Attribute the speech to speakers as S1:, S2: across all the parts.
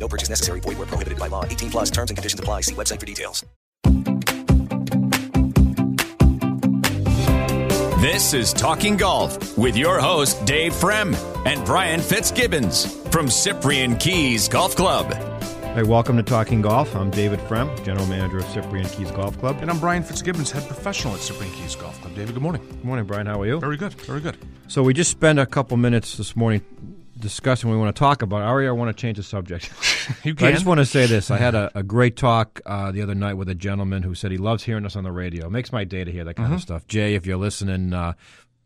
S1: No purchase necessary. Void where prohibited by law. 18 plus terms and conditions apply. See website for details.
S2: This is Talking Golf with your host, Dave Frem and Brian Fitzgibbons from Cyprian Keys Golf Club.
S3: Hey, welcome to Talking Golf. I'm David Frem, General Manager of Cyprian Keys Golf Club.
S4: And I'm Brian Fitzgibbons, head professional at Cyprian Keys Golf Club. David, good morning.
S3: Good morning, Brian. How are you?
S4: Very good. Very good.
S3: So we just spent a couple minutes this morning discussing what we want to talk about. Ari, I want to change the subject.
S4: You
S3: But I just want to say this. I had a, a great talk uh, the other night with a gentleman who said he loves hearing us on the radio. It makes my day to hear that kind of stuff. Jay, if you're listening, uh,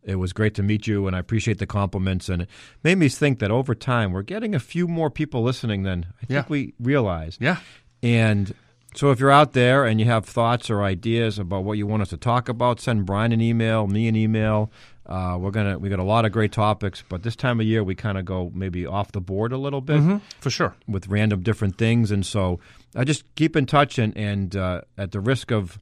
S3: it was great to meet you, and I appreciate the compliments. And it made me think that over time, we're getting a few more people listening than I think
S4: Yeah.
S3: we realize.
S4: Yeah.
S3: And so if you're out there and you have thoughts or ideas about what you want us to talk about, send Brian an email, me an email. Uh, we're gonna we got a lot of great topics, but this time of year we kind of go maybe off the board a little bit
S4: For sure.
S3: with random different things, and so I just keep in touch and and uh, at the risk of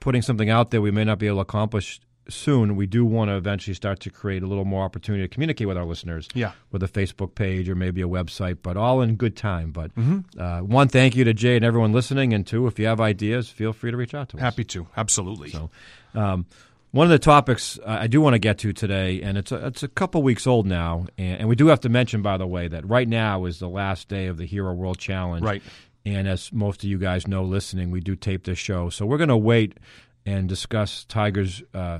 S3: putting something out there we may not be able to accomplish soon, we do want to eventually start to create a little more opportunity to communicate with our listeners.
S4: Yeah.
S3: with a Facebook page or maybe a website, but all in good time. But uh, one, thank you to Jay and everyone listening, and two, if you have ideas, feel free to reach out to us.
S4: Happy to. Absolutely.
S3: So, um, one of the topics I I do want to get to today, and it's a, it's a couple weeks old now, and, and we do have to mention, by the way, that right now is the last day of the Hero World Challenge.
S4: Right.
S3: And as most of you guys know, listening, we do tape this show, so we're going to wait and discuss Tiger's uh,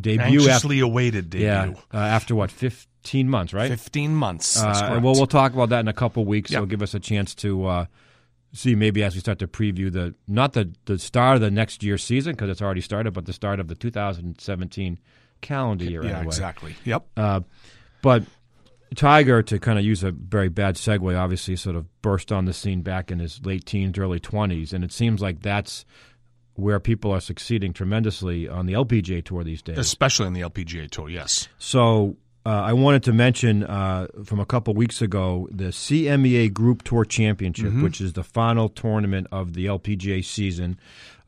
S3: debut. after,
S4: Anxiously awaited debut.
S3: yeah, uh, after what fifteen months, right?
S4: 15 months. That's
S3: Uh,
S4: correct.
S3: well, we'll talk about that in a couple weeks.
S4: Yeah.
S3: It'll give us a chance to uh, see maybe as we start to preview the not the the start of the next year's season because it's already started, but the start of the 2017 calendar year.
S4: yeah,
S3: anyway.
S4: exactly. Yep.
S3: Uh, But Tiger, to kind of use a very bad segue, obviously sort of burst on the scene back in his late teens, early 20s. And it seems like that's where people are succeeding tremendously on the LPGA tour these days.
S4: Especially in the LPGA tour, yes.
S3: So uh, I wanted to mention uh, from a couple weeks ago the CMEA Group Tour Championship,
S4: Mm-hmm.
S3: which is the final tournament of the LPGA season.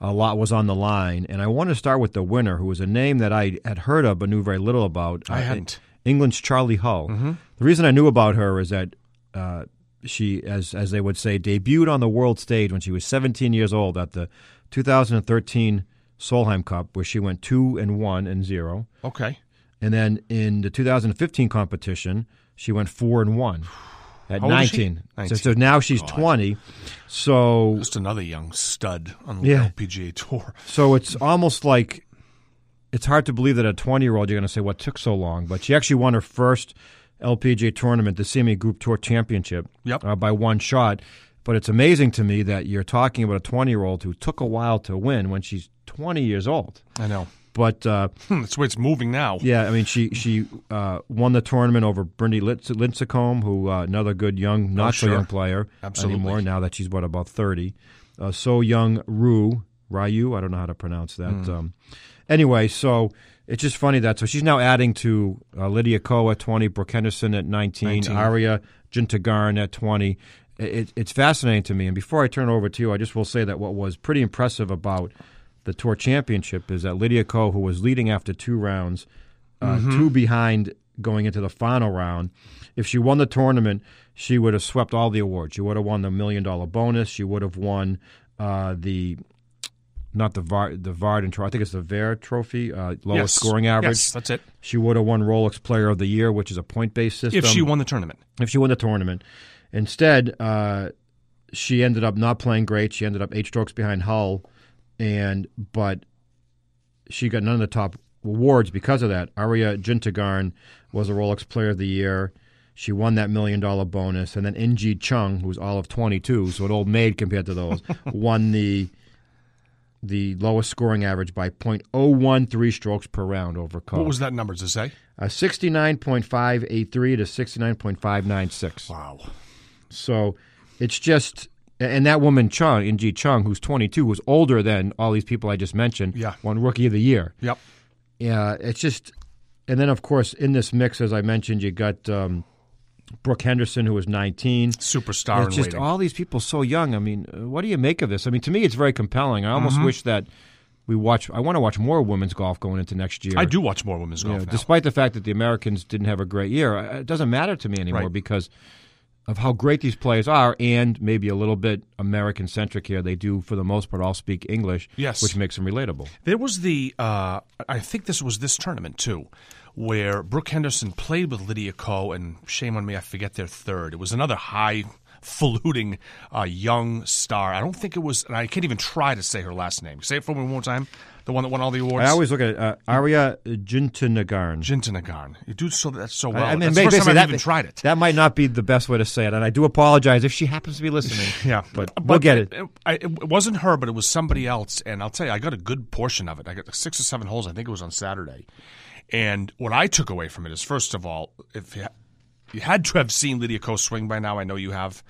S3: A lot was on the line, and I want to start with the winner, who was a name that I had heard of but knew very little about. uh,
S4: I hadn't. Mm-hmm.
S3: England's Charlie Hull. The reason I knew about her is that uh, she, as as they would say, debuted on the world stage when she was 17 years old at the 2013 Solheim Cup, where she went two and one and zero.
S4: Okay.
S3: And then in the 2015 competition, she went four and one at
S4: How old is she?
S3: 19. So,
S4: 19.
S3: so now she's 20. So
S4: Just another young stud on the
S3: Yeah.
S4: LPGA tour.
S3: so it's almost like it's hard to believe that at 20 year old you're going to say what took so long, but she actually won her first LPGA tournament, the CME Group Tour Championship,
S4: Yep.
S3: uh, by one shot. But it's amazing to me that you're talking about a 20 year old who took a while to win when she's 20 years old.
S4: I know.
S3: But uh,
S4: Hmm, That's the way it's moving now.
S3: Yeah, I mean, she she uh, won the tournament over Brindy Lins- Lincecum, who uh, another good young, not so
S4: Oh, sure.
S3: young player
S4: Absolutely.
S3: anymore. Now that she's what about thirty, uh, so young Ryu Ryu. I don't know how to pronounce that.
S4: Hmm.
S3: Um, anyway, so it's just funny that so she's now adding to uh, Lydia Ko at twenty, Brooke Henderson at nineteen,
S4: 19.
S3: Aria Jintagarn at twenty. It, it's fascinating to me. And before I turn it over to you, I just will say that what was pretty impressive about the tour championship is that Lydia Ko, who was leading after two rounds, uh,
S4: Mm-hmm.
S3: two behind going into the final round. If she won the tournament, she would have swept all the awards. She would have won the million dollar bonus. She would have won uh, the not the Var the Varden trophy. I think it's the Vare Trophy, uh, lowest
S4: Yes.
S3: scoring average.
S4: Yes, that's it.
S3: She would have won Rolex Player of the Year, which is a point based system.
S4: If she won the tournament.
S3: if she won the tournament, instead uh, she ended up not playing great. She ended up eight strokes behind Hull, and but she got none of the top awards because of that. Aria Jintagarn was a Rolex Player of the Year. She won that million dollar bonus, and then NG Chung, who's all of twenty two, so an old maid compared to those, won the the lowest scoring average by .013 strokes per round over Cole.
S4: What was that number to say?
S3: Uh, 69.583 to 69.596.
S4: Wow.
S3: So it's just A- And that woman Chung, Inji Chung, who's 22, was older than all these people I just mentioned.
S4: Yeah.
S3: won Rookie of the Year.
S4: Yep.
S3: Yeah, it's just, and then of course in this mix, as I mentioned, you got um, Brooke Henderson, who was 19.
S4: Superstar
S3: it's
S4: in
S3: just
S4: waiting.
S3: all these people so young. I mean, uh, what do you make of this? I mean, to me, it's very compelling. I
S4: Mm-hmm.
S3: almost wish that we watch. I want to watch more women's golf going into next year.
S4: I do watch more women's
S3: You know,
S4: golf now.
S3: despite the fact that the Americans didn't have a great year, uh, it doesn't matter to me anymore
S4: Right.
S3: because of how great these players are, and maybe a little bit American centric here. They do, for the most part, all speak English,
S4: Yes.
S3: which makes them relatable.
S4: There was the, uh, I think this was this tournament too, where Brooke Henderson played with Lydia Ko, and shame on me, I forget their third. It was another high. Fluting uh, young star. I don't think it was, and I can't even try to say her last name. Say it for me one more time. The one that won all the awards.
S3: I always look at it, uh, Arya Juntanagarn.
S4: Jintanagarn. You do so that's so well.
S3: I mean,
S4: that's the first time
S3: basically
S4: I've
S3: that-
S4: even tried it.
S3: That might not be the best way to say it, and I do apologize if she happens to be listening.
S4: Yeah,
S3: but, we'll get it.
S4: I, it wasn't her, but it was somebody else. And I'll tell you, I got a good portion of it. I got six or seven holes. I think it was on Saturday. And what I took away from it is, first of all, if you, ha- you had to have seen Lydia Ko swing by now, I know you have.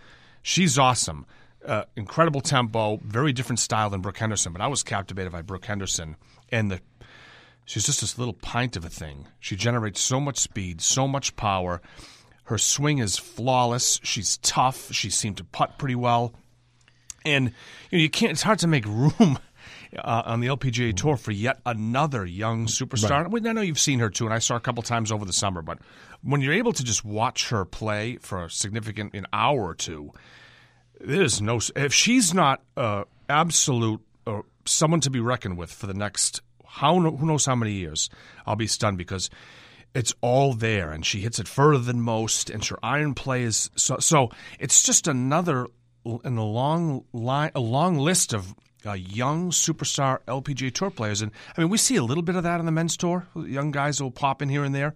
S4: She's awesome. Uh, incredible tempo, very different style than Brooke Henderson. But I was captivated by Brooke Henderson and the She's just this little pint of a thing. She generates so much speed, so much power. Her swing is flawless. She's tough. She seemed to putt pretty well. And you know, you can't. It's hard to make room uh, on the LPGA tour for yet another young superstar. Well, I know you've seen her too, and I saw her a couple times over the summer. But when you're able to just watch her play for a significant an hour or two, there's no. If she's not uh, absolute uh, someone to be reckoned with for the next how who knows how many years, I'll be stunned because it's all there, and she hits it further than most, and her iron play is so. So it's just another in the long line, a long list of. Uh, young superstar LPGA tour players, and I mean, we see a little bit of that on the men's tour. Young guys will pop in here and there,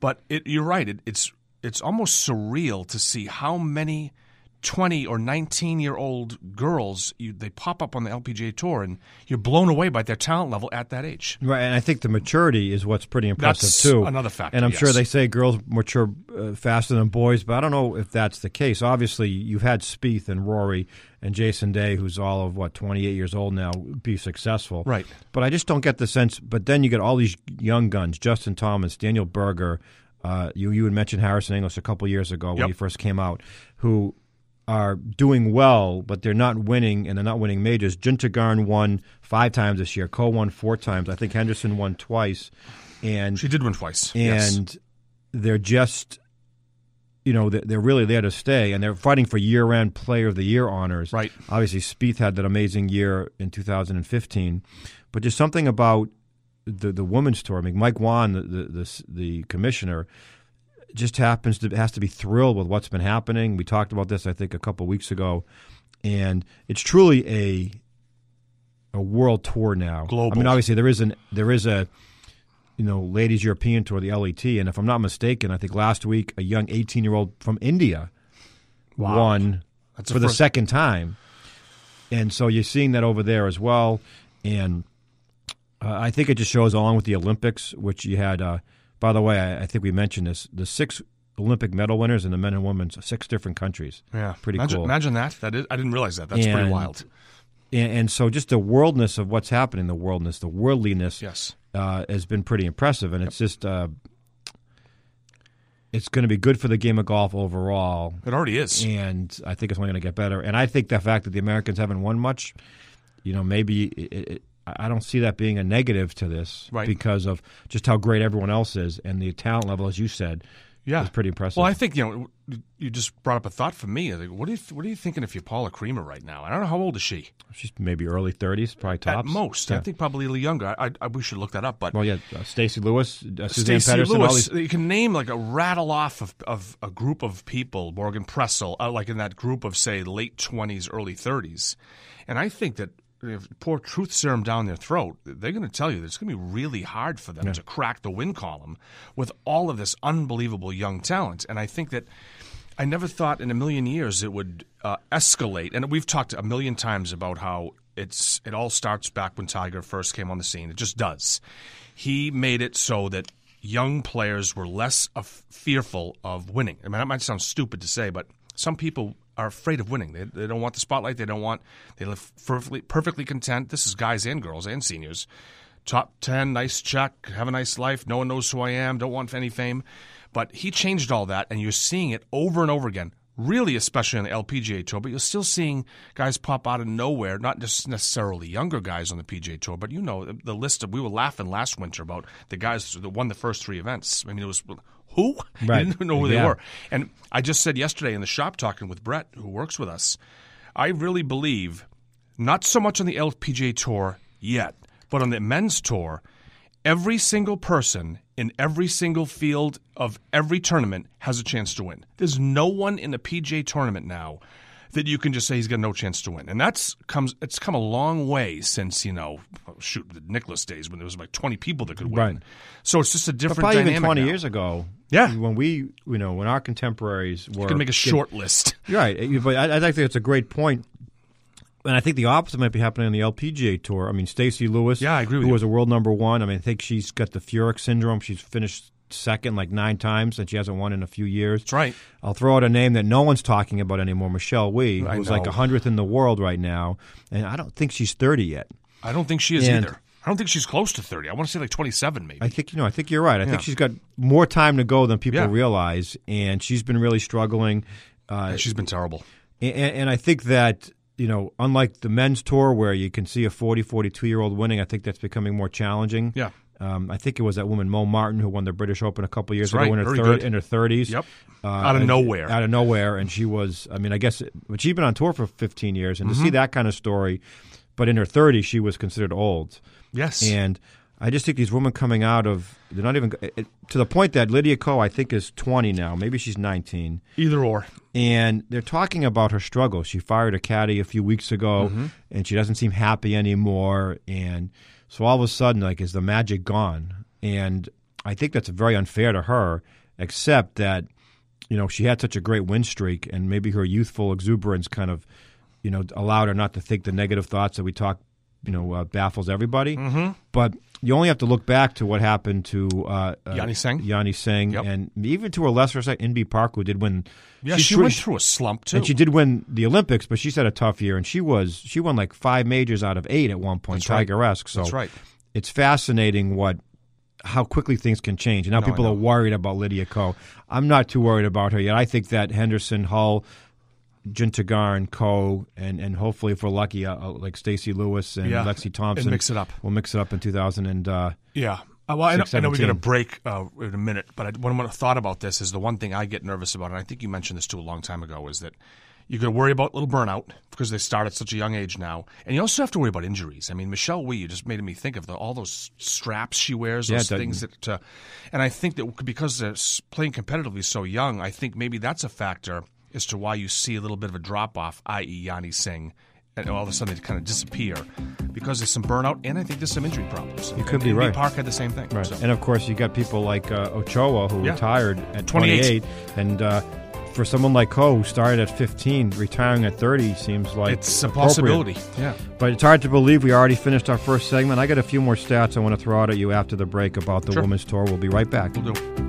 S4: but it, you're right. It, it's it's almost surreal to see how many 20 or 19 year old girls you, they pop up on the LPGA tour, and you're blown away by their talent level at that age.
S3: Right, and I think the maturity is what's pretty impressive
S4: That's
S3: too.
S4: another factor,
S3: and I'm sure
S4: yes.
S3: they say girls mature uh, faster than boys, but I don't know if that's the case. Obviously, you've had Spieth and Rory and Jason Day, who's all of what 28 years old now, be successful.
S4: Right.
S3: but I just don't get the sense. But then you get all these young guns: Justin Thomas, Daniel Berger. Uh, you you had mentioned Harrison English a couple years ago when
S4: Yep.
S3: he first came out, who are doing well, but they're not winning, and they're not winning majors. Jintagarn won five times this year. Cole won four times. I think Henderson won twice, and
S4: She did win twice. yes.
S3: and they're just, you know, they're, they're really there to stay, and they're fighting for year-end Player of the Year honors.
S4: Right.
S3: Obviously, Spieth had that amazing year in 2015, but just something about the the women's tour. I mean, Mike Wan, the the, the, s- the commissioner, just happens to has to be thrilled with what's been happening. We talked about this, I think, a couple weeks ago, and it's truly a a world tour now. I
S4: Global.
S3: mean, obviously there is an there is a you know ladies European tour, the LET, and if I'm not mistaken, I think last week a young 18 year old from India won
S4: That's a
S3: for the
S4: first.
S3: second time, and so you're seeing that over there as well, and. Uh, I think it just shows along with the Olympics, which you had. Uh, by the way, I, I think we mentioned this: the six Olympic medal winners in the men and women's six different countries.
S4: yeah,
S3: pretty
S4: imagine,
S3: cool.
S4: Imagine that. That is, I didn't realize that. That's pretty
S3: And-
S4: wild.
S3: And, and so, just the worldness of what's happening, the worldness, the worldliness,
S4: Yes.
S3: uh, has been pretty impressive. And it's just, uh, it's going to be good for the game of golf overall.
S4: It already is.
S3: And I think it's only going to get better. And I think the fact that the Americans haven't won much, you know, maybe it, it, it- I I don't see that being a negative to this
S4: Right.
S3: because of just how great everyone else is and the talent level, as you said,
S4: Yeah,
S3: is pretty impressive.
S4: Well, I think you know you just brought up a thought for me. Like, what are you, what are you thinking if you're Paula Creamer right now? I don't know how old is she
S3: She's maybe early 30s, probably tops.
S4: at most.
S3: Yeah.
S4: I think probably a little younger. I, I we should look that up. But
S3: Well, yeah, uh, Stacy Lewis, uh, Suzanne
S4: Stacey
S3: Patterson, all
S4: Lewis.
S3: these.
S4: You can name like a rattle off of, of a group of people, Morgan Pressel, uh, like in that group of say late twenties, early thirties, and I think that if you pour truth serum down their throat, they're going to tell you that it's going to be really hard for them to crack the win column with all of this unbelievable young talent. And I think that. I never thought in a million years it would uh, escalate, and we've talked a million times about how it's it all starts back when Tiger first came on the scene. It just does. He made it so that young players were less af- fearful of winning. I mean, that might sound stupid to say, but some people are afraid of winning. They, they don't want the spotlight. They don't want. They live perfectly perfectly content. This is guys and girls and seniors. Top ten, nice check, have a nice life. No one knows who I am. Don't want any fame. But he changed all that, and you're seeing it over and over again. Really, especially on the LPGA tour, but you're still seeing guys pop out of nowhere. Not just necessarily younger guys on the PGA tour, but you know the, the list of. We were laughing last winter about the guys that won the first three events. I mean, it was who?
S3: Right.
S4: You didn't know who
S3: Yeah.
S4: they were. And I just said yesterday in the shop talking with Brett, who works with us, I really believe not so much on the LPGA tour yet, but on the men's tour, every single person in every single field of every tournament has a chance to win. There's no one in the PGA tournament now that you can just say he's got no chance to win. And that's comes it's come a long way since, you know, shoot, the Nicholas days when there was like 20 people that could win.
S3: Right.
S4: So it's just a different
S3: probably
S4: dynamic
S3: even 20
S4: now.
S3: years ago.
S4: Yeah.
S3: When we, you know, when our contemporaries were.
S4: You can make a short list.
S3: You're right. You- But I, I think that's a great point. And I think the opposite might be happening on the LPGA tour. I mean, Stacey Lewis,
S4: Yeah, I agree with
S3: who
S4: you.
S3: was a world number one. I mean, I think she's got the Furyk syndrome. She's finished second like nine times, and she hasn't won in a few years.
S4: That's right.
S3: I'll throw out a name that no one's talking about anymore, Michelle Wee,
S4: I
S3: who's
S4: know.
S3: like a hundredth in the world right now, and I don't think she's thirty yet.
S4: I don't think she is
S3: And-
S4: either. I don't think she's close to 30. I want to say like 27 maybe.
S3: I think you know. I think you're right. I
S4: Yeah.
S3: think she's got more time to go than people
S4: Yeah.
S3: realize, and she's been really struggling. Uh,
S4: she's been terrible.
S3: And, and I think that, you know, unlike the men's tour where you can see a 40, 42 year old winning, I think that's becoming more challenging.
S4: Yeah.
S3: Um, I think it was that woman, Mo Martin, who won the British Open a couple years
S4: That's
S3: ago
S4: right.
S3: in, her
S4: Very
S3: thir-
S4: good.
S3: in her 30s.
S4: Yep.
S3: Uh,
S4: Out of
S3: and-
S4: nowhere.
S3: Out of nowhere. And she was, I mean, I guess, but she'd been on tour for 15 years. And to
S4: Mm-hmm.
S3: see that kind of story, but in her 30s, she was considered old.
S4: Yes.
S3: And I just think these women coming out of, they're not even, it- it- to the point that Lydia Ko, I think, is 20 now. Maybe she's 19
S4: Either or.
S3: and they're talking about her struggle. She fired a caddy a few weeks ago,
S4: Mm-hmm.
S3: and she doesn't seem happy anymore. And so all of a sudden, like, is the magic gone? And I think that's very unfair to her, except that, you know, she had such a great win streak, and maybe her youthful exuberance kind of, you know, allowed her not to think the negative thoughts that we talk, you know, uh, baffles everybody. Mm-hmm. But you only have to look back to what happened to uh, uh,
S4: Yanni Singh.
S3: Yanni Singh,
S4: Yep.
S3: and even to a lesser extent, Inbi Park, who did win.
S4: Yeah,
S3: she
S4: she,
S3: threw-
S4: went through a slump too.
S3: and she did win the Olympics, but she's had a tough year, and she was she won like five majors out of eight at one point,
S4: That's right.
S3: Tiger-esque. So
S4: That's right.
S3: it's fascinating what how quickly things can change, and now people are worried about Lydia Ko. I'm not too worried about her yet. I think that Henderson, Hull, Jintagarn, Ko, and and hopefully if we're lucky, uh, uh, like Stacy Lewis and
S4: Yeah,
S3: Lexi
S4: and
S3: Thompson,
S4: mix it up.
S3: We'll mix it up in 2000 and. Uh,
S4: Yeah. Uh, well, I know,
S3: Six,
S4: I know we got a
S3: 17.
S4: break uh, in a minute, but I, one more thought about this is the one thing I get nervous about, and I think you mentioned this too a long time ago, is that you got to worry about little burnout because they start at such a young age now, and you also have to worry about injuries. I mean, Michelle Wee, you just made me think of the, all those straps she wears,
S3: Yeah,
S4: those
S3: that-
S4: things that, uh, and I think that because they're s- playing competitively so young, I think maybe that's a factor as to why you see a little bit of a drop off, i.e., Yanni Singh. And all of a sudden, they kind of disappear because there's some burnout, and I think there's some injury problems.
S3: You could
S4: And-
S3: be
S4: and Lee
S3: right.
S4: Park had the same thing.
S3: Right.
S4: so.
S3: And of course, you got people like uh, Ochoa who
S4: Yeah.
S3: retired at
S4: 28.
S3: 28. And uh, for someone like Ko, who started at 15, retiring at 30 seems like
S4: it's a
S3: appropriate.
S4: possibility. Yeah.
S3: But it's hard to believe we already finished our first segment. I got a few more stats I want to throw out at you after the break about the
S4: Sure.
S3: women's tour. We'll be right back.
S4: We'll do.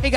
S5: Hey